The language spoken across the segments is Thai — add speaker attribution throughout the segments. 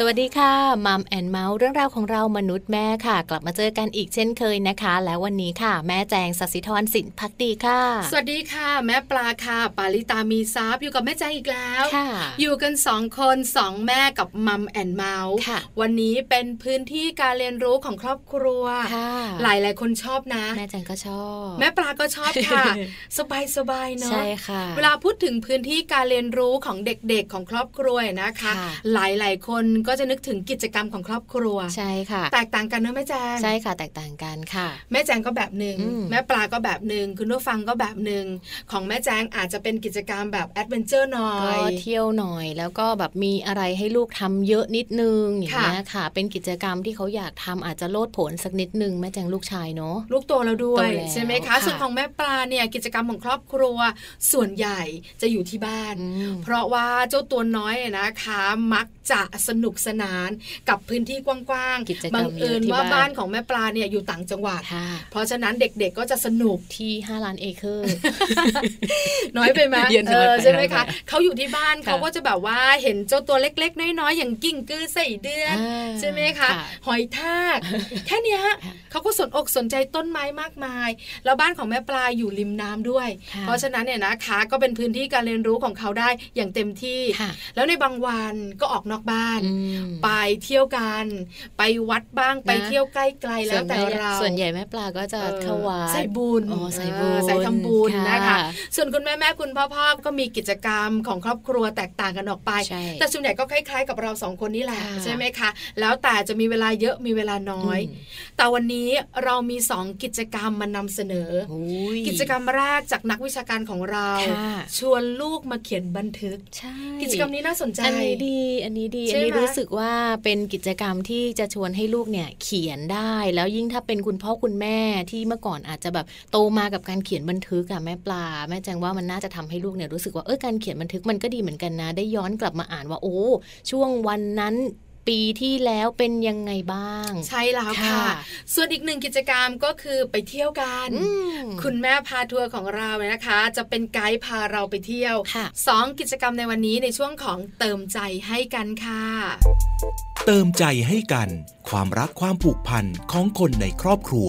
Speaker 1: สวัสดีค่ะมัมแอนเมาส์เรื่องราวของเรามนุษย์แม่ค่ะ กลับมาเจอกันอีกเช่นเคยนะคะ แล้ววันนี้ค่ะ แม่แจงสัสิธรสินพักดีค่ะ
Speaker 2: สวัสดีค่ะ แม่ปลาค่ะ ปาริตามีซับอยู่กับแม่แจงอีกแล้ว
Speaker 1: ค่ะ
Speaker 2: อยู่กันสองคนสองแม่กับมัมแอนเมาส์
Speaker 1: ค่ะ
Speaker 2: วันนี้เป็นพื้นที่การเรียนรู้ของครอบครัว
Speaker 1: ค่ะ
Speaker 2: หลายหลายๆคนชอบนะ
Speaker 1: แม่แจงก็ชอบ
Speaker 2: แม่ปลาก็ชอบ ค่ะ สบายสบายๆเนาะ
Speaker 1: ใช่ค่ะ
Speaker 2: เวลาพูดถึงพื้นที่การเรียนรู้ของเด็กๆของครอบครัวนะคะ
Speaker 1: ค่ะ
Speaker 2: หลายหลายๆคนก็จะนึกถึงกิจกรรมของครอบครัว
Speaker 1: ใช่ค่ะ
Speaker 2: แตกต่างกันเนอะแม่แจง
Speaker 1: ใช่ค่ะแตกต่างกันค่ะ
Speaker 2: แม่แจงก็แบบหนึ่ง
Speaker 1: อืม
Speaker 2: แม่ปลาก็แบบหนึ่งคุณผู้ฟังก็แบบหนึ่งของแม่แจงอาจจะเป็นกิจกรรมแบบแอดเวนเจอร์หน่อ
Speaker 1: ก็
Speaker 2: ย
Speaker 1: เที่ยวหน่อยแล้วก็แบบมีอะไรให้ลูกทำเยอะนิดนึงอย่างเงี้ยค่ะ เป็นกิจกรรมที่เขาอยากทำอาจจะโลดโผนสักนิดนึงแม่แจงลูกชายเนาะ
Speaker 2: ลูกโตแล้วด้วย
Speaker 1: โตแล้ว
Speaker 2: ใช่ไหมคะ
Speaker 1: ค่ะ
Speaker 2: ส่วนของแม่ปลาเนี่ยกิจกรรมของครอบครัวส่วนใหญ่จะอยู่ที่บ้าน
Speaker 1: อืม
Speaker 2: เพราะว่าเจ้าตัวน้อยอะนะคะมักจะสนุกสนานกับพื้นที่กว้าง
Speaker 1: กิจกรรม
Speaker 2: บัเอิญ
Speaker 1: เยอะที่
Speaker 2: ว่า
Speaker 1: บ้าน
Speaker 2: บ้านของแม่ปลาเนี่ยอยู่ต่างจังหวัด
Speaker 1: ค่ะ
Speaker 2: เพราะฉะนั้นเด็กๆก็จะสนุก
Speaker 1: ที่ 5 ล้านเอเคอร์
Speaker 2: น้อยไปไหม
Speaker 1: เย็นน้อยไป
Speaker 2: ใช่ไหม
Speaker 1: น้
Speaker 2: คะ
Speaker 1: อยไป
Speaker 2: เขาอยู่ที่บ้านเขาก็จะแบบว่าเห็นเจ้าตัวเล็ก ๆ น้อยๆอย่างกิ้งกือใส่เดือน
Speaker 1: อ่า
Speaker 2: ใช่ไหมคะ
Speaker 1: ค่ะ
Speaker 2: หอยทาก แค่เนี้ย
Speaker 1: ค่ะ
Speaker 2: เขาก็สนอกสนใจต้นไม้มากมาย แล้วบ้านของแม่ปลาอยู่ริมน้ำด้วย
Speaker 1: ค่ะ
Speaker 2: เพราะฉะนั้นเนี่ยนะคะก็เป็นพื้นที่การเรียนรู้ของเขาได้อย่างเต็มที่
Speaker 1: ค่ะ
Speaker 2: แล้วในบางวันก็ออกนอกบ้าน
Speaker 1: อืม
Speaker 2: ไปเที่ยวกัน ไปวัดบ้างไปเที่ยวใกล้ๆแล้วแต่
Speaker 1: ส่วนใหญ่
Speaker 2: เรา
Speaker 1: ส่วนใหญ่แม่ปลาก็จะเข้าวัด
Speaker 2: ใส่บุญ
Speaker 1: อ๋อใส่บุญ
Speaker 2: เออใส่ทำบุญ
Speaker 1: ค่ะ
Speaker 2: นะคะ ส่วนคุณแม่แม่คุณพ่อพ่อก็มีกิจกรรมของครอบครัวแตกต่างกันออกไป
Speaker 1: ใช่
Speaker 2: แต่ส่วนใหญ่ก็คล้าย ๆ กับเราสองคนนี่แหละ
Speaker 1: ค่ะ
Speaker 2: ใช่ไหมคะ แล้วแต่จะมีเวลาเยอะมีเวลาน้อย
Speaker 1: ม
Speaker 2: แต่วันนี้เรามีสองกิจกรรมมานำเสนอ
Speaker 1: อุ้ย
Speaker 2: กิจกรรมแรกจากนักวิชาการของเรา
Speaker 1: ค่ะ
Speaker 2: ชวนลูกมาเขียนบันทึก
Speaker 1: ใช่
Speaker 2: กิจกรรมนี้น่าสนใจ
Speaker 1: อันนี้ดี อันนี้ดีอั
Speaker 2: ใช่
Speaker 1: น
Speaker 2: ไหม
Speaker 1: นี้รู้สึกว่าเป็นกิจกรรมที่จะชวนให้ลูกเนี่ยเขียนได้ แล้วยิ่งถ้าเป็นคุณพ่อคุณแม่ที่เมื่อก่อนอาจจะแบบโตมากับการเขียนบันทึกอะแม่ปลา แม่แจงว่ามันน่าจะทำให้ลูกเนี่ยรู้สึกว่าเออการเขียนบันทึกมันก็ดีเหมือนกันนะ ได้ย้อนกลับมาอ่านว่าโอ้ช่วงวันนั้นปีที่แล้วเป็นยังไงบ้าง
Speaker 2: ใช่แล้วค่ะ
Speaker 1: ค่ะ
Speaker 2: ส่วนอีกหนึ่งกิจกรรมก็คือไปเที่ยวกัน
Speaker 1: อืม
Speaker 2: คุณแม่พาทัวร์ของเราเนี่ยนะคะ จะเป็นไกด์พาเราไปเที่ยว
Speaker 1: ค่ะ
Speaker 2: สองกิจกรรมในวันนี้ในช่วงของเติมใจให้กันค่ะ
Speaker 3: เติมใจให้กัน ความรักความผูกพันของคนในครอบครัว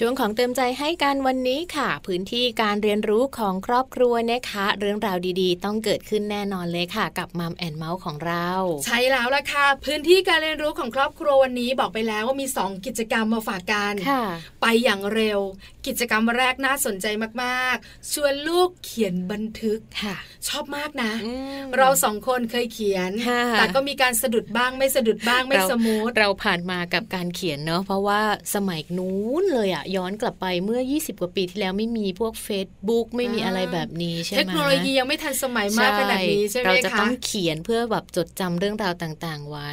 Speaker 1: ช่วงของเติมใจให้การวันนี้ค่ะ พื้นที่การเรียนรู้ของครอบครัวนะคะ เรื่องราวดีๆ ต้องเกิดขึ้นแน่นอนเลยค่ะ กับมัมแอนเมาส์ของเรา
Speaker 2: ใช่แล้วล่ะค่ะ พื้นที่การเรียนรู้ของครอบครัววันนี้บอกไปแล้วว่ามี 2 กิจกรรมมาฝากกัน
Speaker 1: ค่ะ
Speaker 2: ไปอย่างเร็ว กิจกรรมแรกน่าสนใจมากๆ ชวนลูกเขียนบันทึก
Speaker 1: ค่ะ
Speaker 2: ชอบมากนะ เราสองคนเคยเขียน
Speaker 1: ค่ะ
Speaker 2: แต่ก็มีการสะดุดบ้างไม่สะดุดบ้างไม่สมูท
Speaker 1: เราผ่านมากับการเขียนเนาะเพราะว่าสมัยนู้นเลยอะย้อนกลับไปเมื่อ 20 กว่าปีที่แล้วไม่มีพวก Facebook ไม่มี
Speaker 2: อ่า
Speaker 1: อะไรแบบนี้ใช่ไหม
Speaker 2: เทคโนโลยียังไม่ทันสมัยมากขนาดนี้ใช่ไหมคะ
Speaker 1: เราจะต้องเขียนเพื่อแบบจดจำเรื่องราวต่างๆ ไว้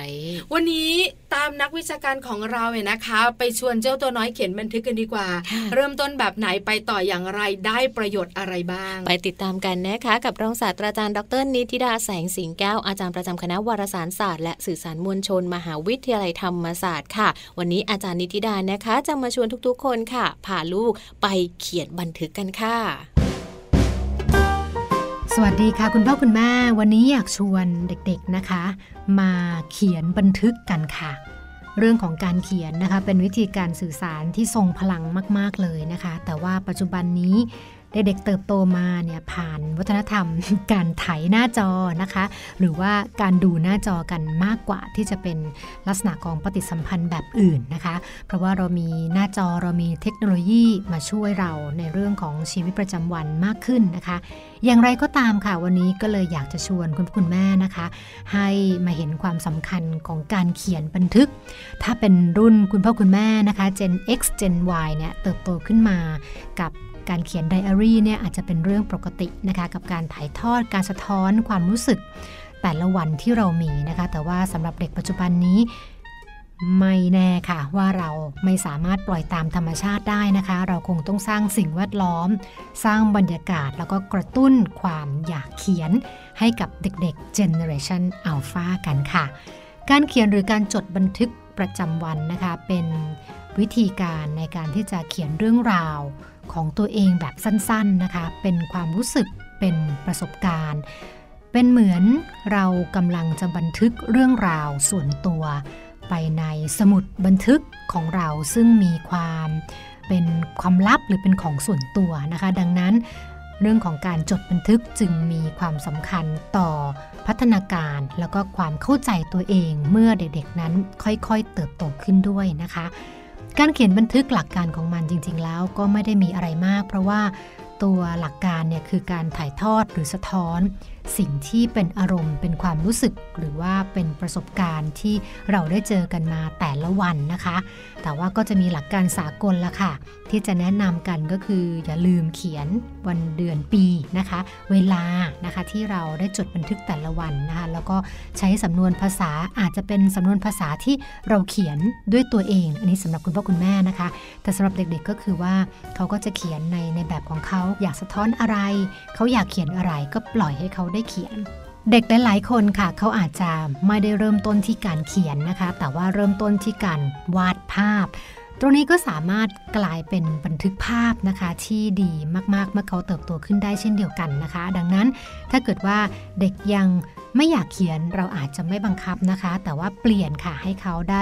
Speaker 2: วันนี้ตามนักวิชาการของเราเนี่ยนะคะ ไปชวนเจ้าตัวน้อยเขียนบันทึกกันดีกว่า
Speaker 1: ค่ะ
Speaker 2: เริ่มต้นแบบไหนไปต่ออย่างไรได้ประโยชน์อะไรบ้าง
Speaker 1: ไปติดตามกันนะคะ กับรองศาสตราจารย์ดรนิติดาแสงสิงแก้ว อาจารย์ประจำคณะวารสารศาสตร์และสื่อสารมวลชน มหาวิทยาลัยธรรมศาสตร์ค่ะ วันนี้อาจารย์นิติดานะคะ จะมาชวนทุกๆ คนค่ะพาลูกไปเขียนบันทึกกันค่ะ
Speaker 4: สวัสดีค่ะ คุณพ่อคุณแม่วันนี้อยากชวนเด็กๆนะคะ มาเขียนบันทึกกันค่ะ เรื่องของการเขียนนะคะ เป็นวิธีการสื่อสารที่ทรงพลังมาก ๆ เลยนะคะ แต่ว่าปัจจุบันนี้เด็กๆเติบโตมาเนี่ยผ่านวัฒนธรรม การไถหน้าจอนะคะ หรือว่าการดูหน้าจอกันมากกว่าที่จะเป็นลักษณะของปฏิสัมพันธ์แบบอื่นนะคะ เพราะว่าเรามีหน้าจอเรามีเทคโนโลยีมาช่วยเราในเรื่องของชีวิตประจำวันมากขึ้นนะคะ อย่างไรก็ตามค่ะ วันนี้ก็เลยอยากจะชวนคุณคุณแม่นะคะ ให้มาเห็นความสำคัญของการเขียนบันทึก ถ้าเป็นรุ่นคุณพ่อคุณแม่นะคะ Gen X Gen Y เนี่ยเติบโตขึ้นมากับการเขียนไดอารี่เนี่ยอาจจะเป็นเรื่องปกตินะคะ กับการถ่ายทอดการสะท้อนความรู้สึก แต่ละวันที่เรามีนะคะ แต่ว่าสำหรับเด็กปัจจุบันนี้ ไม่แน่ค่ะ ว่าเราไม่สามารถปล่อยตามธรรมชาติได้นะคะ เราคงต้องสร้างสิ่งแวดล้อม สร้างบรรยากาศแล้วก็กระตุ้นความอยากเขียนให้กับเด็กๆ Generation Alpha กันค่ะ การเขียนหรือการจดบันทึกประจำวันนะคะ เป็น วิธีการในการที่จะเขียนเรื่องราว ของตัวเองแบบสั้นๆนะคะ เป็นความรู้สึกเป็นประสบการณ์ เป็นเหมือนเรากำลังจะบันทึกเรื่องราวส่วนตัว ไปในสมุดบันทึกของเราซึ่งมีความเป็นความลับหรือเป็นของส่วนตัวนะคะ ดังนั้นเรื่องของการจดบันทึกจึงมีความสำคัญต่อพัฒนาการแล้วก็ความเข้าใจตัวเองเมื่อเด็กๆนั้นค่อยๆเติบโตขึ้นด้วยนะคะ การเขียนบันทึกหลักการของมันจริง ๆ แล้วก็ไม่ได้มีอะไรมาก เพราะว่าตัวหลักการเนี่ยคือการถ่ายทอดหรือสะท้อน สิ่งที่เป็นอารมณ์เป็นความรู้สึก หรือว่าเป็นประสบการณ์ที่เราได้เจอกันมาแต่ละวันนะคะ แต่ว่าก็จะมีหลักการสากลละค่ะ ที่จะแนะนำกันก็คืออย่าลืมเขียนวันเดือนปีนะคะ เวลานะคะที่เราได้จดบันทึกแต่ละวันนะคะแล้วก็ใช้สำนวนภาษาอาจจะเป็นสำนวนภาษาที่เราเขียนด้วยตัวเอง อันนี้สำหรับคุณพ่อคุณแม่นะคะ แต่สำหรับเด็กๆก็คือว่าเขาก็จะเขียนในในแบบของเขาอยากสะท้อนอะไร เขาอยากเขียนอะไรก็ปล่อยให้เขาได้เขียน เด็กหลายๆคนค่ะ เขาอาจจะไม่ได้เริ่มต้นที่การเขียนนะคะ แต่ว่าเริ่มต้นที่การวาดภาพ ตรงนี้ก็สามารถกลายเป็นบันทึกภาพนะคะ ที่ดีมากๆ เมื่อเขาเติบโตขึ้นได้เช่นเดียวกันนะคะ ดังนั้นถ้าเกิดว่าเด็กยังไม่อยากเขียนเราอาจจะไม่บังคับนะคะ แต่ว่าเปลี่ยนค่ะให้เขาได้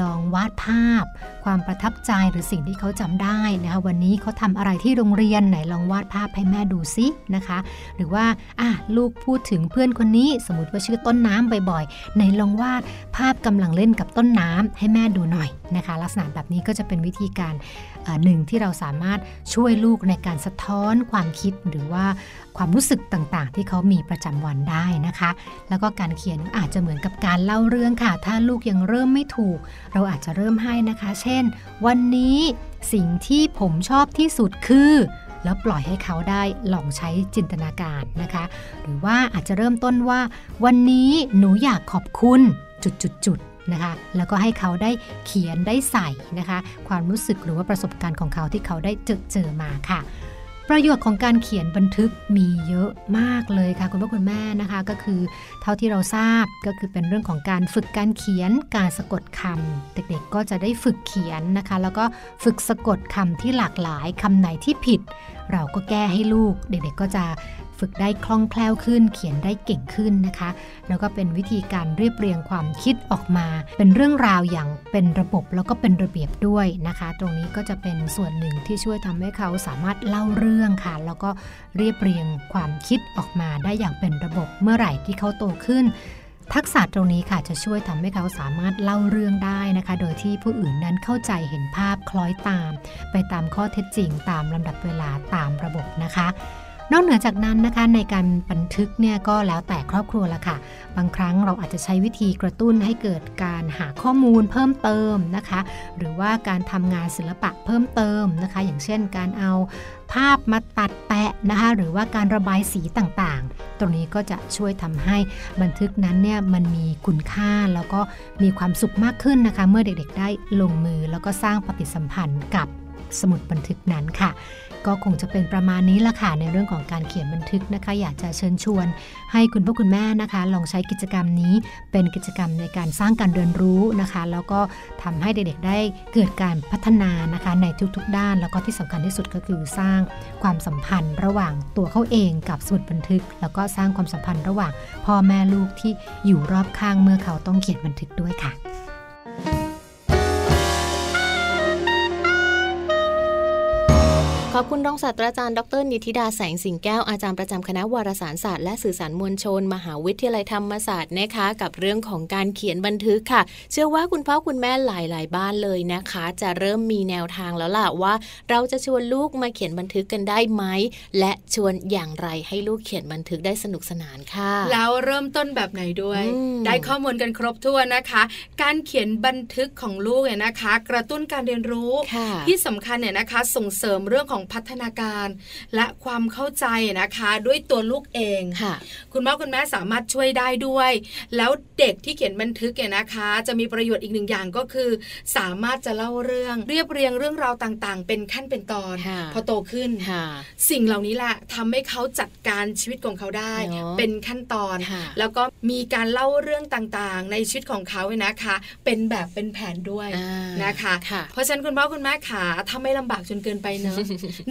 Speaker 4: ลองวาดภาพ ความประทับใจหรือสิ่งที่เขาจำได้นะคะ วันนี้เขาทำอะไรที่โรงเรียนไหนลองวาดภาพให้แม่ดูซินะคะ หรือว่าอ่ะลูกพูดถึงเพื่อนคนนี้ สมมติว่าชื่อต้นน้ำบ่อยๆไหนลองวาดภาพกำลังเล่นกับต้นน้ำให้แม่ดูหน่อยนะคะ ลักษณะแบบนี้ก็จะเป็นวิธีการเอ่อหนึ่งที่เราสามารถช่วยลูกในการสะท้อนความคิดหรือว่าความรู้สึกต่างๆ ที่เขามีประจำวันได้นะคะ แล้วก็การเขียนอาจจะเหมือนกับการเล่าเรื่องค่ะ ถ้าลูกยังเริ่มไม่ถูก เราอาจจะเริ่มให้นะคะ เช่น วันนี้สิ่งที่ผมชอบที่สุดคือ แล้วปล่อยให้เขาได้ลองใช้จินตนาการนะคะ หรือว่าอาจจะเริ่มต้นว่า วันนี้หนูอยากขอบคุณจุดจุดจุดๆๆนะคะ แล้วก็ให้เขาได้เขียนได้ใส่นะคะ ความรู้สึกหรือว่าประสบการณ์ของเขาที่เขาได้เจอเจอมาค่ะ ประโยชน์ของการเขียนบันทึกมีเยอะมากเลยค่ะ คุณพ่อคุณแม่นะคะก็คือ เท่าที่เราทราบก็คือเป็นเรื่องของการฝึกการเขียนการสะกดคำเด็กๆก็จะได้ฝึกเขียนนะคะ แล้วก็ฝึกสะกดคำที่หลากหลายคำไหนที่ผิด เราก็แก้ให้ลูก เด็กๆก็จะฝึกได้คล่องแคล่วขึ้น เขียนได้เก่งขึ้นนะคะ แล้วก็เป็นวิธีการเรียบเรียงความคิดออกมา เป็นเรื่องราวอย่างเป็นระบบแล้วก็เป็นระเบียบด้วยนะคะ ตรงนี้ก็จะเป็นส่วนหนึ่งที่ช่วยทำให้เขาสามารถเล่าเรื่องค่ะ แล้วก็เรียบเรียงความคิดออกมาได้อย่างเป็นระบบเมื่อไหร่ที่เขาโตขึ้น ทักษะตรงนี้ค่ะจะช่วยทำให้เขาสามารถเล่าเรื่องได้นะคะ โดยที่ผู้อื่นนั้นเข้าใจเห็นภาพคล้อยตาม ไปตามข้อเท็จจริง ตามลำดับเวลาตามระบบนะคะ นอกเหนือจากนั้นนะคะในการบันทึกเนี่ยก็แล้วแต่ครอบครัวละค่ะ บางครั้งเราอาจจะใช้วิธีกระตุ้นให้เกิดการหาข้อมูลเพิ่มเติมนะคะ หรือว่าการทำงานศิลปะเพิ่มเติมนะคะ อย่างเช่นการเอาภาพมาตัดแปะนะคะ หรือว่าการระบายสีต่างๆ ตรงนี้ก็จะช่วยทำให้บันทึกนั้นเนี่ยมันมีคุณค่าแล้วก็มีความสุขมากขึ้นนะคะ เมื่อเด็กๆ ได้ลงมือแล้วก็สร้างปฏิสัมพันธ์กับสมุดบันทึกนั้นค่ะ ก็คงจะเป็นประมาณนี้ละค่ะในเรื่องของการเขียนบันทึกนะคะ อยากจะเชิญชวน ให้คุณพ่อคุณแม่นะคะ ลองใช้กิจกรรมนี้เป็นกิจกรรมในการสร้างการเรียนรู้นะคะ แล้วก็ทำให้เด็กๆได้เกิดการพัฒนานะคะ ในทุกๆ ด้าน แล้วก็ที่สำคัญที่สุดก็คือสร้างความสัมพันธ์ระหว่างตัวเขาเองกับสมุดบันทึก แล้วก็สร้างความสัมพันธ์ระหว่างพ่อแม่ลูกที่อยู่รอบข้างเมื่อเขาต้องเขียนบันทึกด้วยค่ะ
Speaker 1: ขอบคุณรองศาสตราจารย์ดรนิติดาแสงสิงแก้วอาจารย์ประจำคณะวารสารศาสตร์และสื่อสารมวลชน มหาวิทยาลัยธรรมศาสตร์นะคะ กับเรื่องของการเขียนบันทึกค่ะ เชื่อว่าคุณพ่อคุณแม่หลาย ๆ บ้านเลยนะคะ จะเริ่มมีแนวทางแล้วล่ะว่า เราจะชวนลูกมาเขียนบันทึกกันได้ไหมและชวนอย่างไรให้ลูกเขียนบันทึกได้สนุกสนานค่ะ
Speaker 2: แล้วเริ่มต้นแบบไหนด้วย
Speaker 1: อืม
Speaker 2: ได้ข้อมูลกันครบถ้วนนะคะ การเขียนบันทึกของลูกเนี่ยนะคะ กระตุ้นการเรียนรู้
Speaker 1: ค่ะ
Speaker 2: ที่สำคัญเนี่ยนะคะส่งเสริมเรื่องของ พัฒนาการและความเข้าใจนะคะ ด้วยตัวลูกเอง
Speaker 1: ค่ะ
Speaker 2: คุณพ่อคุณแม่สามารถช่วยได้ด้วย แล้วเด็กที่เขียนบันทึกเนี่ยนะคะ จะมีประโยชน์อีกหนึ่งอย่างก็คือ สามารถจะเล่าเรื่องเรียบเรียงเรื่องราวต่างๆ เป็นขั้นเป็นตอน
Speaker 1: ค่ะ
Speaker 2: พอโตขึ้น
Speaker 1: ค่ะ
Speaker 2: สิ่งเหล่านี้แหละทำให้เขาจัดการชีวิตของเขาได้
Speaker 1: เนอะ
Speaker 2: เป็นขั้นตอน
Speaker 1: ค่ะ
Speaker 2: แล้วก็มีการเล่าเรื่องต่างๆ ในชีวิตของเขาเนี่ยนะคะ เป็นแบบเป็นแผนด้วย
Speaker 1: อ่า
Speaker 2: นะคะ
Speaker 1: ค่ะ
Speaker 2: เพราะฉะนั้นคุณพ่อคุณแม่ขาถ้าไม่ลำบากจนเกินไป เนอะ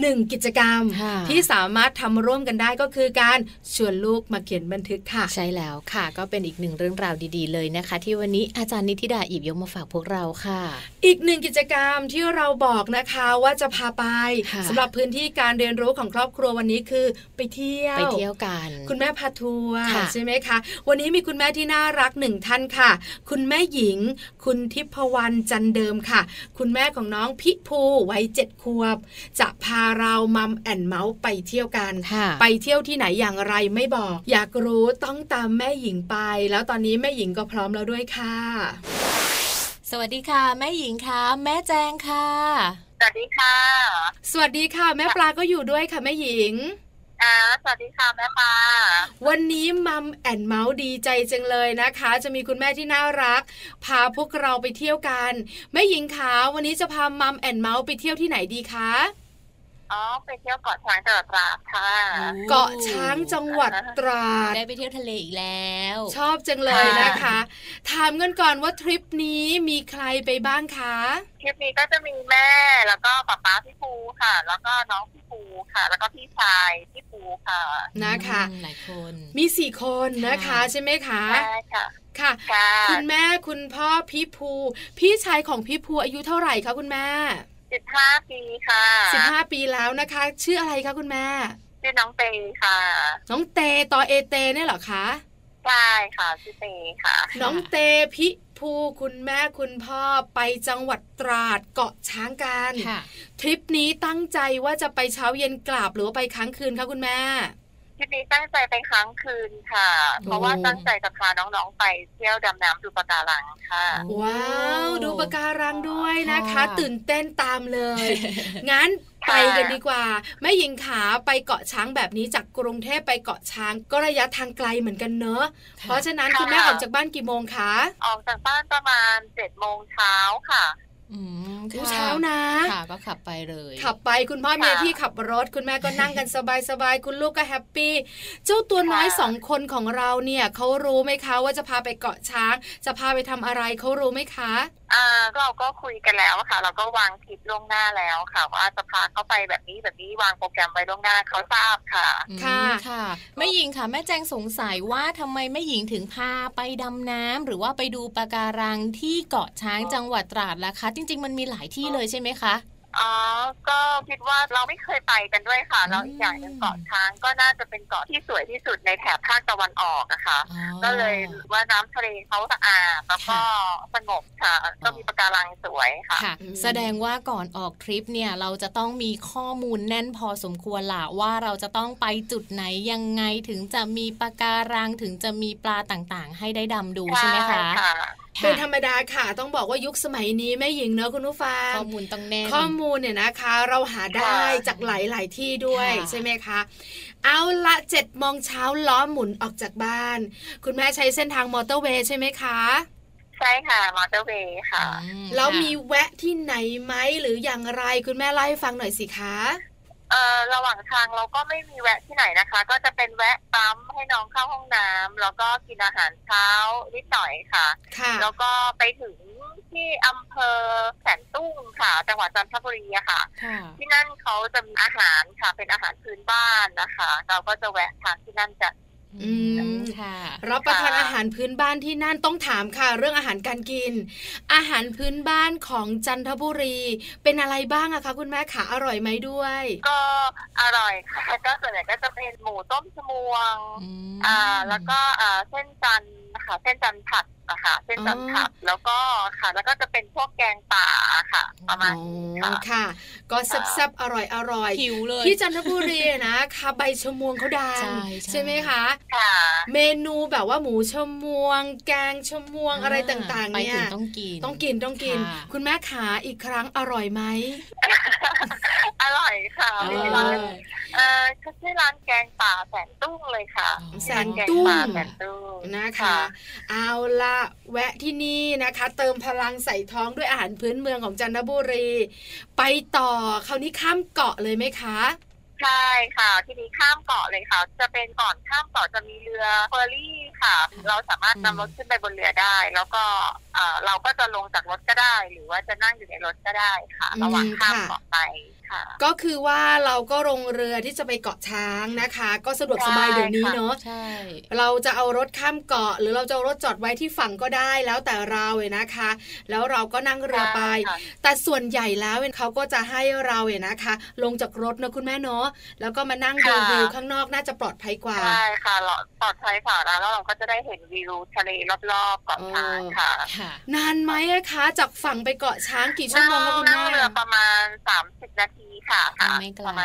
Speaker 2: หนึ่งกิจกรรม
Speaker 1: ค่ะ
Speaker 2: ที่สามารถทำร่วมกันได้ก็คือการชวนลูกมาเขียนบันทึกค่ะ
Speaker 1: ใช่แล้วค่ะ ก็เป็นอีกหนึ่งเรื่องราวดีๆเลยนะคะ ที่วันนี้อาจารย์นิติดาอิบยกมาฝากพวกเราค่ะ
Speaker 2: อีกหนึ่งกิจกรรมที่เราบอกนะคะว่าจะพาไป
Speaker 1: ค่ะ
Speaker 2: สำหรับพื้นที่การเรียนรู้ของครอบครัววันนี้คือไปเที่ยว
Speaker 1: ไปเที่ยวกัน
Speaker 2: คุณแม่พาทัวร์
Speaker 1: ค่ะ
Speaker 2: ใช่ไหมคะ วันนี้มีคุณแม่ที่น่ารักหนึ่งท่านค่ะ คุณแม่หญิง คุณทิพวรรณจันเดิมค่ะ คุณแม่ของน้องพิภูวัยเจ็ดขวบ จะพาเรามัมแอนเมาส์ไปเที่ยวกัน
Speaker 1: ค่ะ
Speaker 2: ไปเที่ยวที่ไหนอย่างไรไม่บอก อยากรู้ต้องตามแม่หญิงไป แล้วตอนนี้แม่หญิงก็พร้อมแล้วด้วยค่ะ
Speaker 1: สวัสดีค่ะ แม่หญิงค่ะแม่แจงค่ะ
Speaker 5: สวัสดีค่ะ
Speaker 2: สวัสดีค่ะ แม่ปลาก็อยู่ด้วยค่ะแม่หญิง
Speaker 5: อ่าสวัสดีค่ะแม่ปลา
Speaker 2: วันนี้มัมแอนเมาส์ดีใจจังเลยนะคะ จะมีคุณแม่ที่น่ารัก พาพวกเราไปเที่ยวกันแม่หญิงขาวันนี้จะพามัมแอนเมาส์ไปเที่ยวที่ไหนดีคะ
Speaker 5: อ๋อ ไปเที่ยวเกาะช้างจังหวัดตราดค่ะ
Speaker 2: เกาะช้างจังหวัดตราด
Speaker 1: ได้ไปเที่ยวทะเลอีกแล้ว
Speaker 2: ชอบจังเลย
Speaker 5: ค่ะ
Speaker 2: นะคะ ถามกันก่อนว่าทริปนี้มีใครไปบ้างคะ
Speaker 5: ทริปนี้ก็จะมีแม่แล้วก็ป๊าป๊าพี่ภูค่ะ แล้วก็น้องพี่ภูค่ะ แล้วก็พี่ชายพี่ภูค่ะ
Speaker 2: นะคะ
Speaker 1: อืมหลายคน
Speaker 2: มีสี่คนนะคะ
Speaker 1: ค่ะ
Speaker 2: ใช่ไหมคะ
Speaker 5: ใช่ค่ะ
Speaker 2: ค่ะ
Speaker 5: ค่ะ
Speaker 2: คุณแม่คุณพ่อพี่ภู พี่ชายของพี่ภูอายุเท่าไหร่คะคุณแม่
Speaker 5: สิบห้าปีค่ะ
Speaker 2: สิบห้าปีแล้วนะคะ ชื่ออะไรคะคุณแม่
Speaker 5: ชื่อน้องเตยค่ะ
Speaker 2: น้องเตต่อเอเตเนี่ยเหรอคะ
Speaker 5: ใช่ค่ะชื่อเตยค่ะ
Speaker 2: น้องเตพิภูคุณแม่คุณพ่อไปจังหวัดตราดเกาะช้างกัน
Speaker 1: ค่ะ
Speaker 2: ทริปนี้ตั้งใจว่าจะไปเช้าเย็นกลับหรือว่าไปค้างคืนคะคุณแม่
Speaker 5: ทริปนี้ตั้งใจไปค้างคืนค่ะ เพราะว่า
Speaker 1: โอ้
Speaker 5: ตั้งใจจะพาน้องๆไปเที่ยวดำน้ำดูปะการังค่ะ
Speaker 2: ว้าวดูปะการังด้วยนะคะ
Speaker 1: ค่ะ
Speaker 2: ตื่นเต้นตามเลย งั้นไปกันดีกว่าแม่หญิงขาไปเกาะช้างแบบนี้จากกรุงเทพไปเกาะช้างก็ระยะทางไกลเหมือนกันเนอะเพราะฉะนั้นคุณแม่ออกจากบ้านกี่โมงคะ
Speaker 5: ออกจากบ้านประมาณเจ็ดโมงเช้าค่ะ
Speaker 1: อืม
Speaker 2: ดู
Speaker 1: ค่ะ
Speaker 2: เช้านะ
Speaker 1: ค่ะก็ขับไปเลย
Speaker 2: ขับไปคุณพ่อมีหน้าที่ขับรถ คุณแม่ก็นั่งกันสบายๆคุณลูกก็แฮปปี้เจ้าตัวน้อย
Speaker 5: ค่ะ
Speaker 2: สองคนของเราเนี่ยเขารู้ไหมคะ ว่าจะพาไปเกาะช้าง จะพาไปทำอะไรเขารู้ไหมคะ
Speaker 5: อ่าเราก็คุยกันแล้วค่ะ เราก็วางทริปล่วงหน้าแล้วค่ะ ว่าจะพาเขาไปแบบนี้แบบนี้วางโปรแกรมไว้ล่วงหน้าเขาทราบค่ะ
Speaker 1: อืม
Speaker 2: ค่ะ
Speaker 1: ค่ะแม่หญิงค่ะแม่แจงสงสัยว่าทำไมแม่หญิงถึงพาไปดำน้ำหรือว่าไปดูปะการังที่เกาะช้างจังหวัดตราดล่ะคะ จริง ๆ มันมีหลายที่เลยใช่ไหมคะ
Speaker 5: อ๋อ ก็คิดว่าเราไม่เคยไปกันด้วยค่ะ แล้วอีกอย่างหนึ่งเกาะช้างก็น่าจะเป็นเกาะที่สวยที่สุดในแถบภาคตะวันออกนะคะ
Speaker 1: อ๋อ
Speaker 5: ก็เลยว่าน้ำทะเลเขาสะอาดแล้วก็สงบค่ะ ก็มีปะการังสวยค่ะ
Speaker 1: ค่ะ
Speaker 2: อืม
Speaker 1: แสดงว่าก่อนออกทริปเนี่ยเราจะต้องมีข้อมูลแน่นพอสมควรละว่าเราจะต้องไปจุดไหนยังไงถึงจะมีปะการังถึงจะมีปลาต่างๆ ให้ได้ดำดูใช่ไหมคะ
Speaker 5: ค่ะ
Speaker 1: ค่ะ
Speaker 2: เป็นธรรมดาค่ะ ต้องบอกว่ายุคสมัยนี้แม่หญิงเนอะคุณผู้ฟัง
Speaker 1: ข้อมูลต้องแน่น
Speaker 2: ข้อมูลเนี่ยนะคะ เราหาได้
Speaker 5: ค่ะ
Speaker 2: จากหลายๆที่ด้วย
Speaker 1: ค่ะ
Speaker 2: ใช่ไหมคะเอาละเจ็ดโมงเช้าล้อหมุนออกจากบ้าน คุณแม่ใช้เส้นทางมอเตอร์เวย์ใช่ไหมคะ
Speaker 5: ใช่ค่ะ มอเตอร์เวย์ค่ะ
Speaker 1: อื
Speaker 2: แล้วมี
Speaker 1: ค่ะ
Speaker 2: แวะที่ไหนไหมหรืออย่างไรคุณแม่เล่าให้ฟังหน่อยสิคะ
Speaker 5: เอ่อระหว่างทางเราก็ไม่มีแวะที่ไหนนะคะ ก็จะเป็นแวะปั๊มให้น้องเข้าห้องน้ำแล้วก็กินอาหารเช้านิดหน่อยค่ะ
Speaker 2: ค่ะ
Speaker 5: แล้วก็ไปถึงที่อำเภอแสนตุ้งค่ะ จังหวัดจันทบุรีอะค่ะ
Speaker 1: ค่ะ
Speaker 5: ที่นั่นเขาจะมีอาหารค่ะ เป็นอาหารพื้นบ้านนะคะ เราก็จะแวะทานที่นั่นกัน
Speaker 2: อื
Speaker 1: อื
Speaker 2: ม
Speaker 1: มค่ะ
Speaker 2: รับประทาน
Speaker 5: ค่ะ
Speaker 2: อาหารพื้นบ้านที่นั่นต้องถามค่ะ เรื่องอาหารการกิน อาหารพื้นบ้านของจันทบุรี เป็นอะไรบ้างอะคะ คุณแม่ขาอร่อยไหมด้วย
Speaker 5: ก็อร่อยค่ะ ก็ส่วนใหญ่ก็จะเป็นหมูต้มชมวง
Speaker 1: อืม
Speaker 5: อ่าแล้วก็อ่าเส้นจันทร์ค่ะ เส้นจันทร์ผัดอะค่ะ เส้นจันทร์ผัดแล้วก็ค่ะ แล้วก็จะเป็นพวกแกงป่าค่ะ ประมา
Speaker 2: อ๋
Speaker 5: ณ
Speaker 2: อ
Speaker 5: นี้ค่ะ
Speaker 2: ค่ะ ก็แซ่บๆอร่อยอร่อยๆ
Speaker 1: หิวเลย
Speaker 2: ที่จันทบุรีนะคะใบชะมวงเขาดัง
Speaker 1: ใช่ใช่
Speaker 2: ไหมคะ
Speaker 5: ค่ะ
Speaker 2: เมนูแบบว่าหมูชะมวง แกงชะมวงอะไรต่างๆ
Speaker 1: ไป
Speaker 2: เนี่ย
Speaker 1: ถึงต้องกิน
Speaker 2: ต้องกินต้องกิน
Speaker 1: ค่ะ
Speaker 2: คุณแม่ขาอีกครั้งอร่อยไหม
Speaker 5: อร่อยค่ะ
Speaker 1: อ
Speaker 5: ที่
Speaker 1: ร่
Speaker 5: ร้า
Speaker 1: อน ย
Speaker 5: เอ่อชื่อร้านแกงป่าแสนตุ้งเลยค่ะ
Speaker 1: อ๋อ
Speaker 2: แสน
Speaker 5: แกง
Speaker 2: ตุ้ง
Speaker 5: ป่าแสนตุ้ง
Speaker 2: นะคะ เอาละแวะที่นี่นะคะ เติมพลังใส่ท้องด้วยอาหารพื้นเมืองของจันทบุรี ไปต่อคราวนี้ข้ามเกาะเลยไหมคะ
Speaker 5: ใช่ค่ะ ทีนี้ข้ามเกาะเลยค่ะ จะเป็นก่อนข้ามเกาะจะมีเรือเฟอร์รี่ค่ะ เราสามารถนำรถขึ้นไปบนเรือได้ แล้วก็เอ่อเราก็จะลงจากรถก็ได้ หรือว่าจะนั่งอยู่ในรถก็ได้ค่ะ
Speaker 2: อืม
Speaker 5: ระหว่างข้าม
Speaker 2: ค่ะ
Speaker 5: เกาะไปค่ะ
Speaker 2: ก็คือว่าเราก็ลงเรือที่จะไปเกาะช้างนะคะ ก็สะดวกสบาย
Speaker 5: ใช่
Speaker 2: เดี๋ยวนี้เนาะ
Speaker 1: ใช่
Speaker 2: เราจะเอารถข้ามเกาะ หรือเราจะเอารถจอดไว้ที่ฝั่งก็ได้แล้วแต่เราเลยนะคะ แล้วเราก็นั่งเรือไป
Speaker 5: ค่ะ
Speaker 2: แต่ส่วนใหญ่แล้วเนี่ยเขาก็จะให้เราเนี่ยนะคะ ลงจากรถนะคุณแม่เนาะแล้วก็มานั่งดู
Speaker 5: ค่ะ
Speaker 2: วิวข้างนอกน่าจะปลอดภัยกว่า
Speaker 5: ใช่ค่ะเราปลอดภัยค่ะแล้วเราก็จะได้เห็นวิวทะเลรอบๆเกาะช้างค่ะ
Speaker 1: ค่ะ
Speaker 2: นานไหมอะคะ จากฝั่งไปเกาะช้างกี่ชั่วโมงคะคุณ
Speaker 5: นั่
Speaker 2: แม่
Speaker 5: งเรือประมาณสามสิบนาทีค่ะ
Speaker 1: ไม่ไก
Speaker 5: ป
Speaker 1: ล
Speaker 5: ระาณ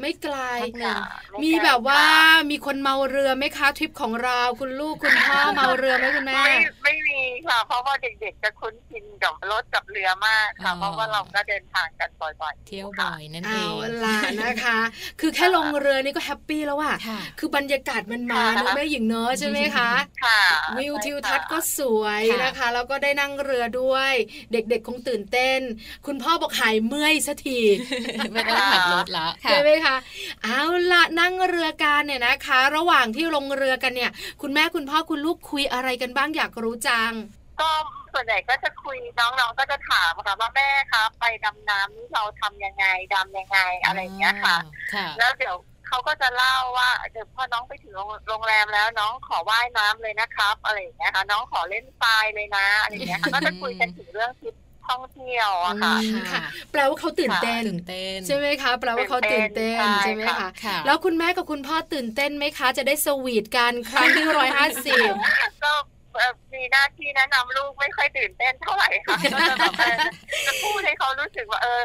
Speaker 2: ไม่ไกล
Speaker 1: พักหนึ่ง
Speaker 5: ค่ะไ
Speaker 2: มีแบบว่า
Speaker 5: ไกลค่ะ
Speaker 2: มีคนเมาเรือไหมคะทริปของเราคุณลูกคุณพ่อเมาเรือไหมคุณแม่
Speaker 5: ไม่ไม่มีค่ะ เพราะว่าเด็กๆจะคุ้นชินกับรถกับเรือมากค่ะ
Speaker 1: อ๋อ
Speaker 5: เพราะว่าเราก็เดินทางกันบ่อยๆ
Speaker 1: เที่ยวบ่อยนั่นเอ
Speaker 2: เอา
Speaker 1: ง
Speaker 2: ล่ะนะคะ คือแค่ลงเรือนี่ก็แฮปปี้แล้วอะ
Speaker 1: ค่ะ
Speaker 2: คือบรรยากาศมันมาเนอะแม่หญิงเนอะใช่ไหมคะ
Speaker 5: ค่ะ
Speaker 2: วิว
Speaker 5: ใช่ค่ะ
Speaker 2: ทิวทัศน์ก็สวย
Speaker 1: ค่ะ
Speaker 2: นะคะ แล้วก็ได้นั่งเรือด้วย เด็กๆคงตื่นเต้น คุณพ่อบอกหายเมื่อยสักที
Speaker 1: ไม่ต้องขับรถละค่ะ
Speaker 2: ใช่ไหมคะ เอาละนั่งเรือกันเนี่ยนะคะ ระหว่างที่ลงเรือกันเนี่ย คุณแม่คุณพ่อคุณลูกคุยอะไรกันบ้างอยากรู้จัง
Speaker 5: ก็ส่วนใหญ่ก็จะคุยน้องๆก็จะถามค่ะว่าแม่คะไปดำน้ำนี่เราทำยังไงดำยังไงอะไรอย่างเงี้ยค่ะ
Speaker 1: ค่ะ
Speaker 5: แล้วเดี๋ยวเขาก็จะเล่าว่าเดี๋ยวพอน้องไปถึงโรงแรมแล้วน้องขอว่ายน้ำเลยนะครับอะไรอย่างเงี้ยค่ะ น้องขอเล่นทรายเลยนะอะไรอย่างเงี้ยค่ะ ก็จะคุยกันถึงเรื่องทริปท่องเที่ยวอะค่ะ
Speaker 2: อืมค่ะ แปลว่าเขาตื่นเต้น
Speaker 1: ตื่นเต้น
Speaker 2: ใช่ไหมคะ แปลว่าเขาตื่นเต้น
Speaker 5: ใช่
Speaker 2: ใช่ไหม
Speaker 5: ค่ะ
Speaker 2: คะ
Speaker 1: ค่ะ
Speaker 2: แล้วคุณแม่กับคุณพ่อตื่นเต้นไหมคะ จะได้สวีทกันครั้งที่ร้อยห้าสิบ
Speaker 5: ก็เอ่อมีหน้าที่แนะนำลูกไม่ค่อยตื่นเต้นเท่าไหร่ ค่ะก็จะแบบเออจะพูดให้เขารู้สึกว่าเออ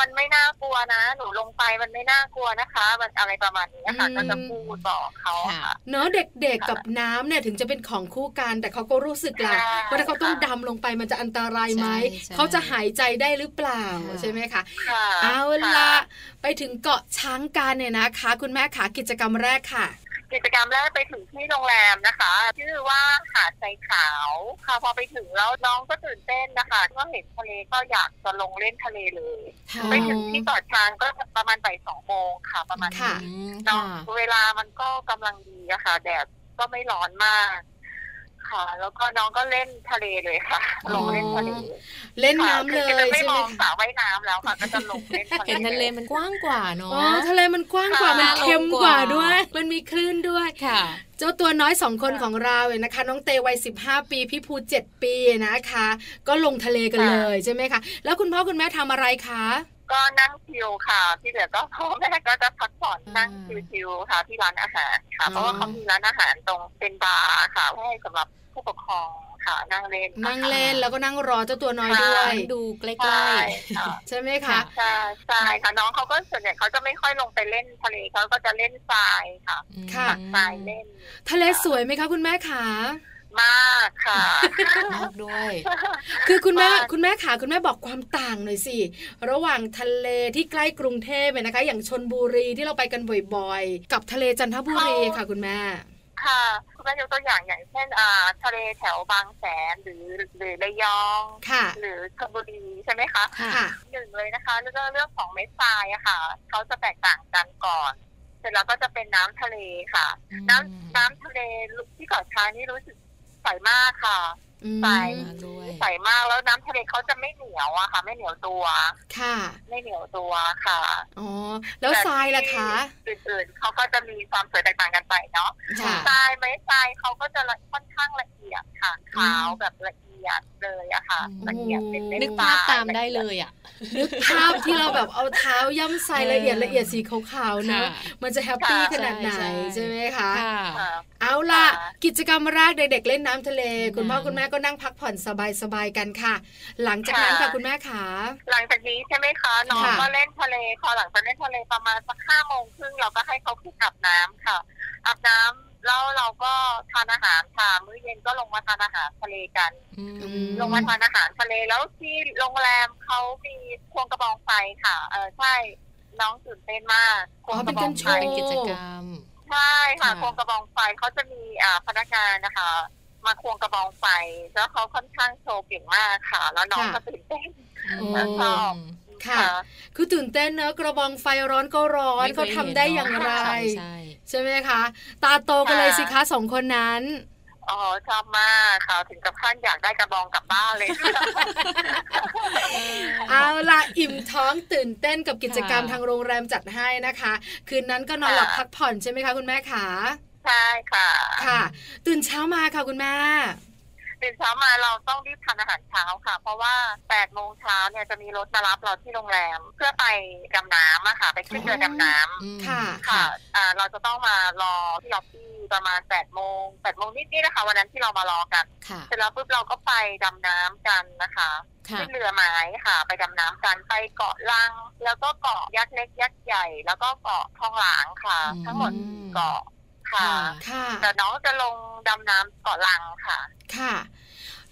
Speaker 5: มันไม่น่ากลัวนะ หนูลงไปมันไม่น่ากลัวนะคะ มันอะไรประมาณนี้ค่ะ
Speaker 2: อืม
Speaker 5: ก็จะพูดบอกเขาอะค่ะ
Speaker 2: เนอะเด็กๆกับน้ำเนี่ยถึงจะเป็นของคู่กัน แต่เขาก็รู้สึกแหละ
Speaker 5: ใช่
Speaker 2: ว่าถ้าเขาต้องดำลงไปมันจะอันตรายไหม
Speaker 1: ใช่ใช่
Speaker 2: เขาจะหายใจได้หรือเปล่า
Speaker 1: ค่ะ
Speaker 2: ใช่ไหมคะ
Speaker 5: ค่ะ
Speaker 2: เอา
Speaker 5: ค่
Speaker 2: ละไปถึงเกาะช้างกันเนี่ยนะคะ คุณแม่ขากิจกรรมแรกค่ะ
Speaker 5: กิจกรรมแรกไปถึงที่โรงแรมนะคะ ชื่อว่าหาดใจขาวค่ะ พอไปถึงแล้วน้องก็ตื่นเต้นนะคะก็เห็นทะเลก็อยากจะลงเล่นทะเลเลย
Speaker 1: ค่ะ
Speaker 5: ไปถึงที่เกาะช้างก็ประมาณบ่ายสองโมงค่ะ ประมาณ
Speaker 2: ค่ะ
Speaker 5: นี้
Speaker 1: อืม
Speaker 5: เนาะ
Speaker 1: ค่ะ
Speaker 5: เวลามันก็กำลังดีอะค่ะแดดก็ไม่ร้อนมาก ค่ะ แล้วก็น้องก็เล่นทะเลเลยค่ะ
Speaker 1: อ๋อ
Speaker 5: ลงเล่นทะเล
Speaker 2: เล่น
Speaker 5: ค่ะ
Speaker 2: น้ำเล
Speaker 5: คือย จะไม่
Speaker 2: ใช่
Speaker 5: ม
Speaker 2: ไหม
Speaker 5: อง
Speaker 2: คะ
Speaker 5: สาว่ายน้ำแล้วค่ะก็จะลงเล่นทะเล
Speaker 1: เห็นทะเลมันกว้างกว่าเน
Speaker 2: อ๋อ
Speaker 1: อะ
Speaker 2: ทะเลมันกว้างกว่า
Speaker 5: ค่ะ
Speaker 2: มันเค็ม
Speaker 1: ก
Speaker 2: กว่า
Speaker 1: ว่า
Speaker 2: ด้วย มันมีคลื่นด้วย
Speaker 1: ค่ะ
Speaker 2: เจ้าตัวน้อยสองคนของเราเนี่ยนะคะ น้องเตวัย15 ปี พี่ภู7ปีนะคะ ก็ลงทะเลกัน
Speaker 5: ค่ะ
Speaker 2: เลยใช่ไหมคะ แล้วคุณพ่อคุณแม่ทำอะไรคะ
Speaker 5: ก็นั่งชิลค่ะ ที่เหลือก็พ่อแม่ก็จะพักผ่อน
Speaker 1: อ่านั่
Speaker 5: นั่งชิลๆค่ะ ที่ร้านอาหารค่ะ
Speaker 1: อ๋อ
Speaker 5: เพราะว่าเขามีร้านอาหารตรงเป็นบาร์ค่ะให้สำหรับผู้ปกครองค่ะ นั่งเล่น
Speaker 2: นั่งเล่นแล้วก็นั่งรอเจ้าตัวน้อยด้ว
Speaker 1: ไป
Speaker 2: ย
Speaker 1: ดูใกล้
Speaker 5: ใช่
Speaker 1: ๆ
Speaker 5: ค่ะ
Speaker 2: ใช่ไหมคะ
Speaker 1: ค่ะ
Speaker 5: ใช่ใช่ค่ะน้องเขาก็ส่วนใหญ่เขาจะไม่ค่อยลงไปเล่นทะเลเขาก็จะเล่นทรายค่ะ
Speaker 1: อืม
Speaker 2: ค่ะ
Speaker 5: ทรายเล่น
Speaker 2: ทะเลสวยไหมคะคุณแม่ขา
Speaker 5: มากค่ะ
Speaker 1: มากด้วย
Speaker 2: คือคุณแม่
Speaker 5: มาก
Speaker 2: คุณแม่ขาคุณแม่บอกความต่างหน่อยสิ ระหว่างทะเลที่ใกล้กรุงเทพเนี่ยนะคะ อย่างชนบุรีที่เราไปกันบ่อยๆ กับทะเลจันทบุรีค่ะคุณแม่
Speaker 5: ค่ะคุณแม่ยกตัวอย่างอย่างเช่นอ่าทะเลแถวบางแสนหรือหรือระยอง
Speaker 2: ค่ะ
Speaker 5: หรือชลบุรีใช่ไหมคะ
Speaker 1: ค่ะ
Speaker 2: ค่ะ
Speaker 5: หนึ่งเลยนะคะเรื่องเรื่องของเม็ดทรายอะค่ะเขาจะแตกต่างกันก่อน เสร็จแล้วก็จะเป็นน้ำทะเลค่ะ น้ำน้ำทะเลที่เกาะช้างนี่รู้สึกใสมากค่ะ
Speaker 2: อืม
Speaker 5: ไป
Speaker 1: มากด้วย
Speaker 5: ใสมากแล้วน้ำทะเลเขาจะไม่เหนียวอะค่ะ ไม่เหนียวตัว
Speaker 2: ค่ะ
Speaker 5: ไม่เหนียวตัวค่ะ
Speaker 2: อ๋อ แล้วทรายล่ะคะ
Speaker 5: แต่ที่อื่นๆเขาก็จะมีความสวยแตกต่างกันไปเนาะ
Speaker 2: ค่ะ
Speaker 5: ทรายไม้ทรายเขาก็จะละค่อนข้างละเอียดค่ะ ขาวแบบละเอียดเลยอะค่ะ
Speaker 1: อืม
Speaker 5: ละเอียดเป็นเม็ด
Speaker 1: นึก
Speaker 5: ทร
Speaker 1: ภาย พตามได้เลยอ่ะ
Speaker 2: นึกภาพที่เราแบบเอาเท้าย่ำทรายละเอียด
Speaker 1: เออ
Speaker 2: ละเอียดสีขาวๆนะ มันจะแฮปปี้ขนาดไหน
Speaker 1: ใช่ใช่
Speaker 2: ใช่ไหมคะ
Speaker 1: ค่ะ
Speaker 5: ค่ะ
Speaker 2: เอาล่ะ
Speaker 5: ค่ะ
Speaker 2: กิจกรรมแรกเด็กๆเล่นน้ำทะเล คุณพ่อ
Speaker 1: น้ำ
Speaker 2: คุณแม่ก็นั่งพักผ่อนสบายๆกันค่ะ หลังจากนั้นค่ะคุณแม่ขา
Speaker 5: หลังจากนี้ใช่ไหมคะน้อง
Speaker 2: ค่ะ
Speaker 5: ก็เล่นทะเลพอหลังจากเล่นทะเลประมาณสักห้าโมงครึ่งเราก็ให้เขาขึ้นอาบน้ำค่ะอาบน้ำแล้วเราก็ทานอาหารค่ะมื้อเย็นก็ลงมาทานอาหารทะเลกัน
Speaker 1: อืม
Speaker 2: ม
Speaker 5: ลงมาทานอาหารทะเลแล้วที่โรงแรมเขามีควงกระบองไฟค่ะ เออใช่ น้องตื่นเต้นมากโค
Speaker 2: อ๋
Speaker 5: ง
Speaker 2: อ
Speaker 5: ก
Speaker 2: เป็
Speaker 5: ระ
Speaker 2: น
Speaker 5: บ
Speaker 2: กา
Speaker 5: อ
Speaker 2: รง โช
Speaker 5: ไฟ
Speaker 2: ว์
Speaker 1: เป็นกิจกรรม
Speaker 5: ใช่ค่ะ
Speaker 1: ค่ะ
Speaker 5: โคงกระบองไฟเขาจะมีอ่าพนักงานนะคะ มาควงกระบองไฟแล้วเขาค่อนข้างโชว์เก่งมากค่ะ แล้วน้องก็ตื่นเต้น
Speaker 2: โอ้
Speaker 5: ชอบ
Speaker 2: ค่ะ คือตื่นเต้นเนอะกระบองไฟร้อนก็ร้อน
Speaker 1: ไม่ค
Speaker 2: เขา
Speaker 1: ย
Speaker 2: ทำได้อย่างไร
Speaker 1: ใช่ใช่
Speaker 2: ใช่ไหมคะ ตาโตกันเลยสิคะสองคนนั้น
Speaker 5: อ๋อชอบมากค่ะถึงกับขั้นอยากได้กระบองกลับบ้านเลยค่ะ
Speaker 2: เอาละอิ่มท้องตื่นเต้นกับกิจกรรม
Speaker 1: ค่ะ
Speaker 2: ทางโรงแรมจัดให้นะคะ คืนนั้นก็นอนหลับ
Speaker 5: ค่ะ
Speaker 2: พักผ่อนใช่ไหมคะคุณแม่ขา
Speaker 5: ใช่ค่ะ
Speaker 2: ค่ะ ตื่นเช้ามาค่ะคุณแม่
Speaker 5: ตื่นเช้ามาเราต้องรีบทานอาหารเช้าค่ะ เพราะว่า8โมงเช้าเนี่ยจะมีรถมารับเราที่โรงแรม เพื่อไปดำน้ำอะค่ะ ไปขึ้นเรือดำน้ำ
Speaker 1: อืม
Speaker 2: ค่ะ
Speaker 5: ค่ะอ่าเราจะต้องมารอที่ล็อบบี้ประมาณ8โมง8โมงนิดๆนะคะ วันนั้นที่เรามารอกัน
Speaker 1: ค่ะ
Speaker 5: เสร็จแล้วปุ๊บเราก็ไปดำน้ำกันนะคะ
Speaker 1: ค่ะ
Speaker 5: ขึ้นเรือไม้ค่ะ ไปดำน้ำกันไปเกาะลัง แล้วก็เกาะยักษ์เล็กยักษ์ใหญ่ แล้วก็เกาะทองหลางค่ะ
Speaker 1: อืม
Speaker 5: ทั้งหมดสี่เกาะค่ะ
Speaker 1: ค่ะ
Speaker 2: ค่ะ
Speaker 5: แต่น้องจะลงดำน้ำเกาะลังค่ะ
Speaker 2: ค่ะ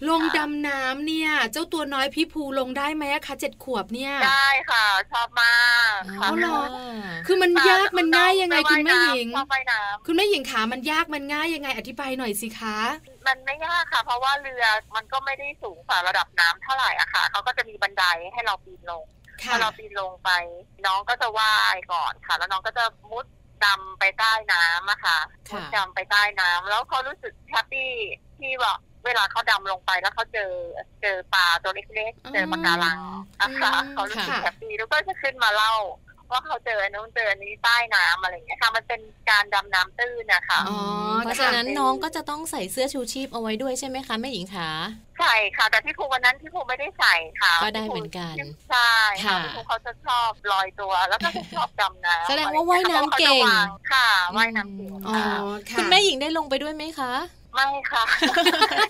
Speaker 2: ลงดำน้ำเนี่ย เจ้าตัวน้อยพี่ภูลงได้ไหมอะคะเจ็ดขวบเนี่ย
Speaker 5: ได้ค่ะ ชอบมากค่ะ
Speaker 2: เอาเหรอ
Speaker 1: คือ
Speaker 2: คือมันยากมันง่ายยังไง
Speaker 5: ป
Speaker 2: คุณแม่
Speaker 5: ว่าย
Speaker 2: หญิง
Speaker 5: น้ำชอบว่ายน้ำ
Speaker 2: คุณแม่หญิงขามันยากมันง่ายยังไงอธิบายหน่อยสิคะ
Speaker 5: มันไม่ยากค่ะ เพราะว่าเรือมันก็ไม่ได้สูงกว่าระดับน้ำเท่าไหร่อะค่ะเขาก็จะมีบันไดให้เราปีนลง
Speaker 2: ค่ะ
Speaker 5: พอเราปีนลงไป น้องก็จะว่ายก่อนค่ะ แล้วน้องก็จะมุดดำไปใต้น้ำอะค่ะ
Speaker 1: ค่ะ
Speaker 5: มุดดำไปใต้น้ำแล้วเขารู้สึกแฮปปี้ที่ว่าเวลาเขาดำลงไปแล้วเขาเจอเจอปลาตัวเล็ก
Speaker 2: อืม
Speaker 5: ๆเจอปะการังนะคะ
Speaker 2: อืม
Speaker 5: เขารู้สึก
Speaker 1: ค่ะ
Speaker 5: แฮปปี้แล้วก็จะขึ้นมาเล่า ว่าเขาเจออันนู้นเจออันนี้ใต้น้ำอะไรอย่างเงี้ยค่ะ มันเป็นการดำน้ำตื้นนะคะ
Speaker 1: อ๋อเพราะฉะนั้นน้องก็จะต้องใส่เสื้อชูชีพเอาไว้ด้วยใช่ไหมคะแม่หญิงขา
Speaker 5: ใช่ค่ะ แต่ที่ภูวันนั้นที่ภูไม่ได้ใส่ค่ะ
Speaker 1: ก็ได้เหมือนกัน
Speaker 5: ใช่ค่ะ
Speaker 1: ค่ะ
Speaker 5: พี่ภูเขาจะชอบลอยตัว แล้วก็ชอบดำน้ำ
Speaker 1: แสดงว่าว่ายน้ำเก่ง
Speaker 5: ขาจะวาค่ะว่ายน้ำเก่ง
Speaker 2: อ๋อ
Speaker 5: ค่ะ
Speaker 2: ค่ะ
Speaker 1: คุณแม่หญิงได้ลงไปด้วยไหมคะ
Speaker 5: ไม่ค่ะ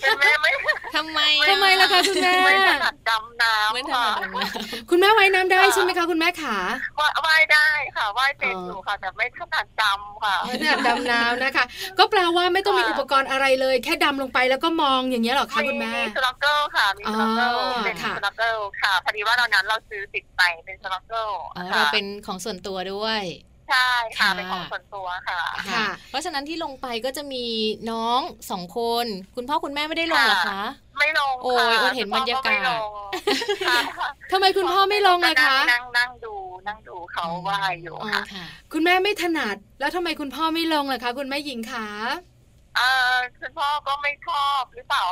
Speaker 5: เป็นแม่ ไม่
Speaker 1: ทำไม
Speaker 2: ทำไมล่ะคะคุณแม่
Speaker 5: ไม่ถนัดดำน้
Speaker 1: ไม่ทำ
Speaker 5: ำค่ะ
Speaker 1: แบบนั้นนะ
Speaker 2: คุณแม่ว่ายน้ำได้ใช่ไหมคะคุณแม่ขา
Speaker 5: ว่าว่ายได้ค่ะว่ายเป็นอยู่ค่ะ แต่ไม่ถนัดดำค่ะ
Speaker 2: ขนาดดำน้ำนะคะ ก็แปลว่าไม่ต้องมี
Speaker 5: ค่ะ
Speaker 2: อุปกรณ์อะไรเลย แค่ดำลงไปแล้วก็มองอย่างเงี้ยเหรอคะคุณแม่
Speaker 5: มีสลักเกิลค่ะ มีสลักเกิล
Speaker 2: อ๋อ
Speaker 5: เป็น
Speaker 2: ค่ะ
Speaker 5: สลักเกิลค่ะพอดีว่าตอนนั้นเราซื้อติดไปเป็นสลักเกิล
Speaker 1: อ๋อเรา
Speaker 5: ค่ะ
Speaker 1: เป็นของส่วนตัวด้วย
Speaker 5: ใช่ค่ะ
Speaker 1: ค่ะ
Speaker 5: เป็นของส่วนตัวค่ะ
Speaker 2: ค่ะ
Speaker 1: เพราะฉะนั้นที่ลงไปก็จะมีน้องสองคน คุณพ่อคุณแม่ไม่ได้ลงเหรอคะ
Speaker 5: ไม่ลง
Speaker 1: โอ้
Speaker 5: ค่ะ
Speaker 1: ยอดเห็นบรรยากาศ
Speaker 5: คุณพ่อไม่ลงค่ะ
Speaker 2: ทำไมคุณพ่อไม่ลงเลยคะ
Speaker 5: นั่งนั่งดูนั่งดูเขาว่ายอยู่
Speaker 2: อ๋อ
Speaker 5: ค่ะ
Speaker 1: ค่ะ
Speaker 2: คุณแม่ไม่ถนัด แล้วทำไมคุณพ่อไม่ลงล่ะคะ คุณแม่หญิงขา
Speaker 5: เออคุณพ่อก็ไม่ชอบหรือเปล่า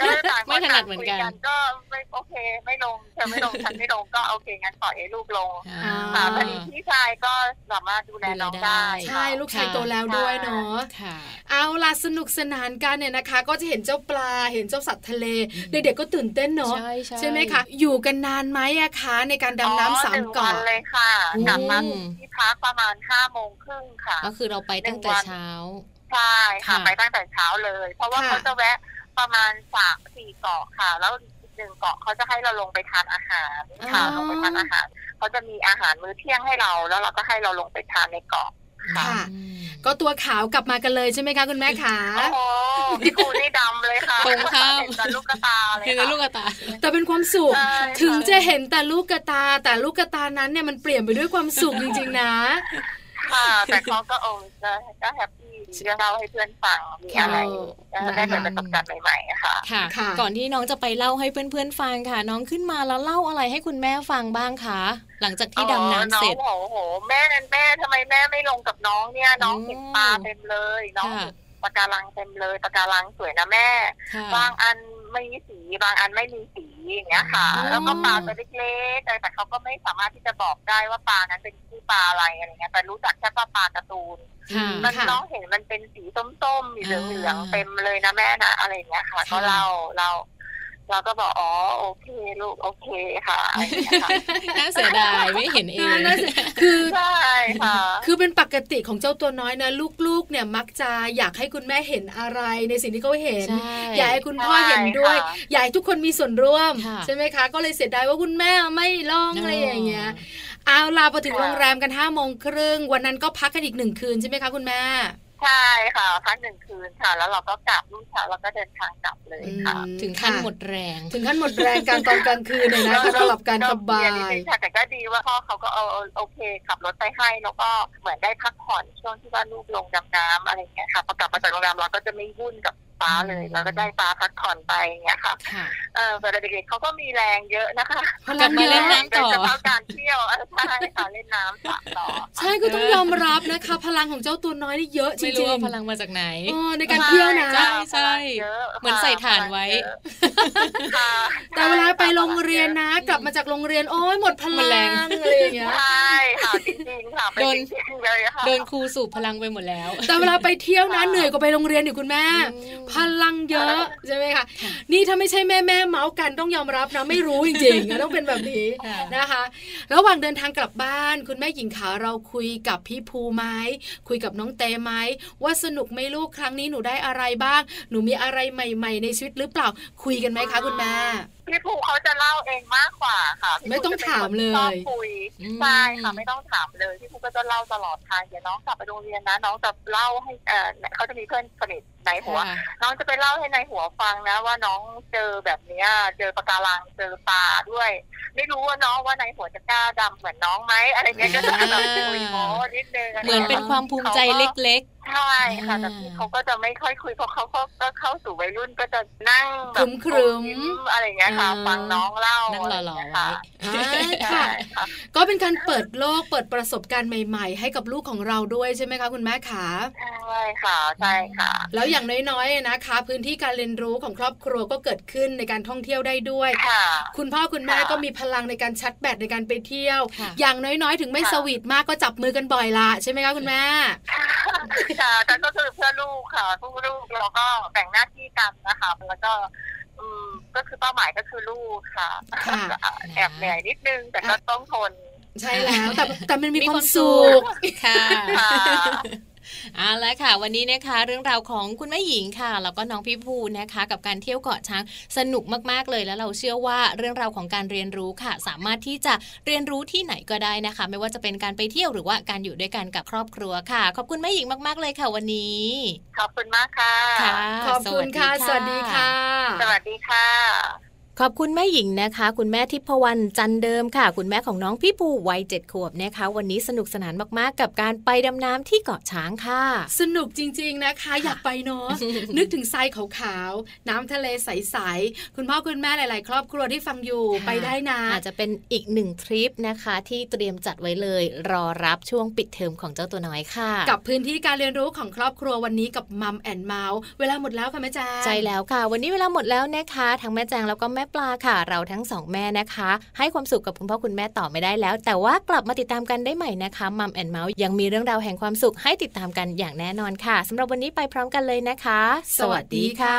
Speaker 5: ก็เลยต่างค
Speaker 1: ไม่ถนัดเหมือนกัน
Speaker 5: ต่างคุยก็ไม่โอเคไม่ลงเธอไม่ลงฉันไม่ลงก็โอเคงั้นปล่อยให้ลูกลง
Speaker 1: อ่า
Speaker 2: ค่ะ
Speaker 5: ค่ะพอดีพี่ชายก็สามารถดูแลน้องได้
Speaker 1: ดูแลได้
Speaker 2: ใช่ลูกชาย
Speaker 1: ค่ะ
Speaker 2: โตแล้วด้วยเนาะ
Speaker 1: ค่ะ
Speaker 2: เอาล่ะสนุกสนานกันเนี่ยนะคะ ก็จะเห็นเจ้าปลา เห็นเจ้าสัตว์ทะเล
Speaker 1: อืม
Speaker 2: เด็กๆก็ตื่นเต้นเนาะ
Speaker 1: ใช่ใช่
Speaker 2: ใช่ไหมคะ อยู่กันนานไหมอะคะ ในการดำน้ำสา
Speaker 5: อ๋อห
Speaker 2: ม
Speaker 5: นึ่งวั
Speaker 2: เกาะ
Speaker 5: นเลยค่ะ
Speaker 1: อืม
Speaker 5: กลับมาถึงที่พักประมาณห้าโมงครึ่งค่ะ
Speaker 1: ก็คือเราไปตั้งแต่เช้า
Speaker 5: ใช่ค่ะ
Speaker 1: ค่ะ
Speaker 5: ไปตั้งแต่เช้าเลย เพราะว่า
Speaker 2: ค่ะ
Speaker 5: เขาจะแวะประมาณสามสี่เกาะค่ะ แล้วอีกหนึ่งเกาะเขาจะให้เราลงไปทานอาหารค่ะลงไปทานอาหารเขาจะมีอาหารมื้อเที่ยงให้เรา แล้วเราก็ให้เราลงไปทานในเกาะ
Speaker 2: ค่ะ
Speaker 1: อืม
Speaker 2: ก็ตัวขาวกลับมากันเลยใช่ไหมคะคุณแม่ขา
Speaker 5: โอ้โหพี่กูนี่ดำเลยค่ะ
Speaker 1: ตรงข้าม
Speaker 5: เห็นแต่ลูกกระตาเลย
Speaker 1: เห็นแต่
Speaker 5: ค่ะ
Speaker 1: ลูกกระตา
Speaker 2: แต่เป็นความสุข
Speaker 5: ใช่
Speaker 2: ถึงจะเห็นแต่ลูกกระตา แต่ลูกกระตานั้นเนี่ยมันเปลี่ยนไปด้วยความสุขจริง ๆ นะ
Speaker 5: ค่ะ แต่เขาก็โอ้ก็แฮปปี้เรื่องเล่าให้เพื่อนฟังมีอะไรเออได้เป็นประสบการณ์ใหม่ๆอะค่ะ
Speaker 1: ค่ะ
Speaker 2: ค่ะ
Speaker 1: ก่อนที่น้องจะไปเล่าให้เพื่อนๆฟังค่ะ น้องขึ้นมาแล้วเล่าอะไรให้คุณแม่ฟังบ้างคะหลังจากที่ดำน้ำเสร็จ
Speaker 5: อ๋อน้องบอกโอ้โห แม่นั่นแม่ทำไมแม่ไม่ลงกับน้องเนี่ย น้อง
Speaker 1: อืม
Speaker 5: เห็นปลาเต็มเลย น้อง
Speaker 1: ค่ะ
Speaker 5: เห็นปะการังเต็มเลยปะการังสวยนะแม่
Speaker 1: ค่ะ
Speaker 5: บางอันไม่มีสี บางอันไม่มีสีอย่างเงี้ยค่ะ
Speaker 1: อ๋อ
Speaker 5: แล้วก็ปลาตัวเล็กๆแต่แต่เขาก็ไม่สามารถที่จะบอกได้ว่าปลานั้นเป็นชื่อปลาอะไรอะไรเงี้ย แต่รู้จักแค่ว่าปลาการ์ตูน
Speaker 1: ค่ะ
Speaker 5: มัน
Speaker 2: ค่ะ
Speaker 5: น้องเห็นมันเป็นสีส้มๆสีเหลือง
Speaker 1: อ่า
Speaker 5: ๆเต็มเลยนะแม่นะอะไรอย่างเงี้ยค่ะ
Speaker 1: ค่ะ
Speaker 5: ก็เล่าเราเราก็บอกอ๋อโอเคลูกโอเคค่ะอะไรอย่างเงี้ยค่ะ
Speaker 1: น่าเสียดายไม่เห็นเอง
Speaker 2: น่าเสียคือ
Speaker 5: ใช่ค่ะ
Speaker 2: คือเป็นปกติของเจ้าตัวน้อยนะ ลูกๆ เนี่ยมักจะอยากให้คุณแม่เห็นอะไร ในสิ่งที่เขาเห็น
Speaker 1: ใช่
Speaker 2: อยากให้คุณพ่อเห็นด้วย
Speaker 5: ใช่ค่ะ
Speaker 2: อยากให้ทุกคนมีส่วนร่วม
Speaker 1: ค่ะ
Speaker 2: ใช่ไหมคะ ก็เลยเสียดายว่าคุณแม่ไม่ลองอะไรอย่างเงี้ย เอาลาพอถึงโรงแรมกันห้าโมงครึ่งวันนั้นก็พักกันอีกหนึ่งคืนใช่ไหมคะคุณแม่
Speaker 5: ใช่ค่ะพักหนึ่งคืนค่ะ แล้วเราก็กลับรุ่งเช้าเราก็เดินทางกลับเลยค่ะ
Speaker 2: อืม
Speaker 1: ถึงขั้น
Speaker 2: ค่ะ
Speaker 1: หมดแรง
Speaker 2: ถึงขั้นหมดแรงการตอนกลางคืนเลย นะก็หลับการสบา
Speaker 5: เนนิด
Speaker 2: ย
Speaker 5: นึงค่ะแต่ก็ดีว่าพ่อเขาก็เอาโอเคขับรถไปให้ แล้วก็เหมือนได้พักผ่อนช่วงที่ว่าลูกลงดำน้ำอะไรอย่างเงี้ยค่ะพอกลับมาจากโรงแรมเราก็จะไม่วุ่นกับป้าเลยเราก็ได้ป้าพักผ่อนไปอย่างเงี้ยค่ะ
Speaker 1: ค่ะ
Speaker 5: เออแต่เด็กๆเขาก็มีแรงเยอะนะคะ
Speaker 2: พลัง
Speaker 1: กลับ
Speaker 2: เยอะ
Speaker 1: มาเล่นน้ำต่อ
Speaker 5: โดยเฉพาะการเที่ยวเออใช่ค่ะเล่นน้ำสระต่อ
Speaker 2: ใช่ก็ต้องยอมรับนะคะ พลังของเจ้าตัวน้อยนี่เยอะจ
Speaker 1: ไม่
Speaker 2: ริ
Speaker 1: รู้
Speaker 2: ง
Speaker 1: ว่า
Speaker 2: ๆ
Speaker 1: พลังมาจากไหน
Speaker 2: เออในการเที่ยวนะ
Speaker 1: ใช่
Speaker 5: พลังยะ
Speaker 1: เหมือนใส่ฐานไว้
Speaker 5: ค่ะ
Speaker 2: แต่เวลาไปโรงเรียนนะ กลับมาจากโรงเรียนโอ้ยหมดพลังอะไรอย่างเงี้ย
Speaker 5: ใช่ค่ะจริงๆค่ะเป็นจริงๆเลยค่ะ
Speaker 1: โดนครูสูบพลังไปหมดแล้ว
Speaker 2: แต่เวลาไปเที่ยวนะเหนื่อยกว่าไปโรงเรียนอีกคุณแม่ พลังเยอะใช่ไหมคะนี่ถ้าไม่ใช่แม่แม่เมาส์กันต้องยอมรับนะไม่รู้จริงๆนะต้องเป็นแบบนี้
Speaker 1: ค่ะ
Speaker 2: นะคะ ระหว่างเดินทางกลับบ้าน คุณแม่หญิงขาเราคุยกับพี่ภูไหมคุยกับน้องเตไหมว่าสนุกไหมลูกครั้งนี้หนูได้อะไรบ้าง หนูมีอะไรใหม่ ๆ ในชีวิตหรือเปล่าคุยกันไหมคะคุณแม่
Speaker 5: พี่ภูเขาจะเล่าเองมากกว่าค่ะพี่ภู
Speaker 2: ไม่ต้องถามเลย
Speaker 5: จะเป็นคนที่ชอบคุย
Speaker 1: อืม
Speaker 5: ใช่ค่ะไม่ต้องถามเลยพี่ภูก็จะเล่าตลอดทางเดี๋ยวน้องกลับไปโรงเรียนนะ น้องจะเล่าให้เออเขาจะมีเพื่อนสนิทในหัว
Speaker 1: ค่ะ
Speaker 5: น้องจะไปเล่าให้ในายหัวฟังนะ ว่าน้องเจอแบบเนี้ยเจอปะการังเจอปลาด้วย ไม่รู้ว่าน้องว่าในายหัวจะกล้าดำเหมือนน้องไหมอะไรเงี้ยก็จะแบบคุยโม้นิดนึงะไร
Speaker 1: เหมือนเป็นความภูมิใจเล็ก
Speaker 5: ใช่ค่ะแต่
Speaker 1: อ่า
Speaker 5: พี่เขาก็จะไม่ค่อยคุยเพราะเขาก็ก็เข้าสู่วัยรุ่นก็จะนั่งแบ
Speaker 2: ครึ้
Speaker 5: บ
Speaker 2: มๆ
Speaker 5: ยิ้มอะไรเงี้ยค่ะ ฟังน้องเล่า
Speaker 1: ๆ นั่งหล่อๆไว้
Speaker 2: อ่า
Speaker 5: ใช่
Speaker 2: ค่ะ
Speaker 5: ค่ะ
Speaker 2: ก็เป็นการเปิดโลกเปิดประสบการณ์ใหม่ ๆ ให้กับลูกของเราด้วยใช่ไหมคะคุณแม่ขา
Speaker 5: ใช่ค่ะใช่ค่ะ
Speaker 2: แล้วอย่างน้อยๆนะคะ พื้นที่การเรียนรู้ของครอบครัวก็เกิดขึ้นในการท่องเที่ยวได้ด้วย
Speaker 5: ค่ะ
Speaker 2: คุณพ่อคุณแม่
Speaker 5: ค่ะ
Speaker 2: ก็มีพลังในการชัดแบตในการไปเที่ยว
Speaker 1: ค่ะ
Speaker 2: อย่างน้อยๆ ถึงไม่
Speaker 5: ค่ะ
Speaker 2: สวีทมากก็จับมือกันบ่อยละใช่ไหมคะคุณแม่
Speaker 5: ค่ะแต่ก็คือเพื่อลูกค่ะเพื่อลูกเราก็แบ่งหน้าที่กันนะคะ แล้วก็อืมก็คือเป้าหมายก็คือลูกค่ะ
Speaker 2: ค่ะ
Speaker 5: แอบเหนื่อยนิดนึงแต่ก็ต้องทน
Speaker 2: ใช่แล้วแต่แต่มันมีความสุข
Speaker 1: ค่ะ
Speaker 5: ค่ะ
Speaker 1: เอาละค่ะ วันนี้นะคะ เรื่องราวของคุณแม่หญิงค่ะแล้วก็น้องพี่ภูนะคะ กับการเที่ยวเกาะช้างสนุกมากๆเลยแล้วเราเชื่อว่าเรื่องราวของการเรียนรู้ค่ะ สามารถที่จะเรียนรู้ที่ไหนก็ได้นะคะ ไม่ว่าจะเป็นการไปเที่ยวหรือว่าการอยู่ด้วยกันกับครอบครัวค่ะ ขอบคุณแม่หญิงมากๆเลยค่ะวันนี้
Speaker 5: ขอบคุณมากค่ะ
Speaker 1: ค่ะ
Speaker 2: ขอบคุณค่ะ สวัสดีค่ะ
Speaker 5: สวัสดีค่ะ
Speaker 1: ขอบคุณแม่หญิงนะคะ คุณแม่ทิพวรรณจันเดิมค่ะ คุณแม่ของน้องพี่ภูวัยเจ็ดขวบนะคะ วันนี้สนุกสนานมากๆ กับการไปดำน้ำที่เกาะช้างค่ะ
Speaker 2: สนุกจริง ๆนะคะ อยากไปเนาะ นึกถึงทรายขาวๆ น้ำทะเลใสๆ คุณพ่อคุณแม่หลายๆ ครอบครัวที่ฟังอยู่
Speaker 1: ค่ะ
Speaker 2: ไปได้นะ
Speaker 1: อาจจะเป็นอีกหนึ่งทริปนะคะ ที่เตรียมจัดไว้เลย รอรับช่วงปิดเทอมของเจ้าตัวน้อยค่ะ
Speaker 2: กับพื้นที่การเรียนรู้ของครอบครัววันนี้กับมัมแอนเมาส์เวลาหมดแล้วค่ะแม่แจ้ง
Speaker 1: ใช่แล้วค่ะ วันนี้เวลาหมดแล้วนะคะ ทั้งแม่แจงแล้วก็แม่ปลาค่ะ เราทั้งสองแม่นะคะ ให้ความสุขกับคุณพ่อคุณแม่ต่อไม่ได้แล้ว แต่ว่ากลับมาติดตามกันได้ใหม่นะคะมัมแอนเมาส์ยังมีเรื่องราวแห่งความสุขให้ติดตามกันอย่างแน่นอนค่ะสำหรับวันนี้ไปพร้อมกันเลยนะคะ
Speaker 2: สวัสดีค่ะ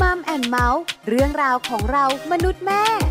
Speaker 6: มัมแอนเมาส์เรื่องราวของเรามนุษย์แม่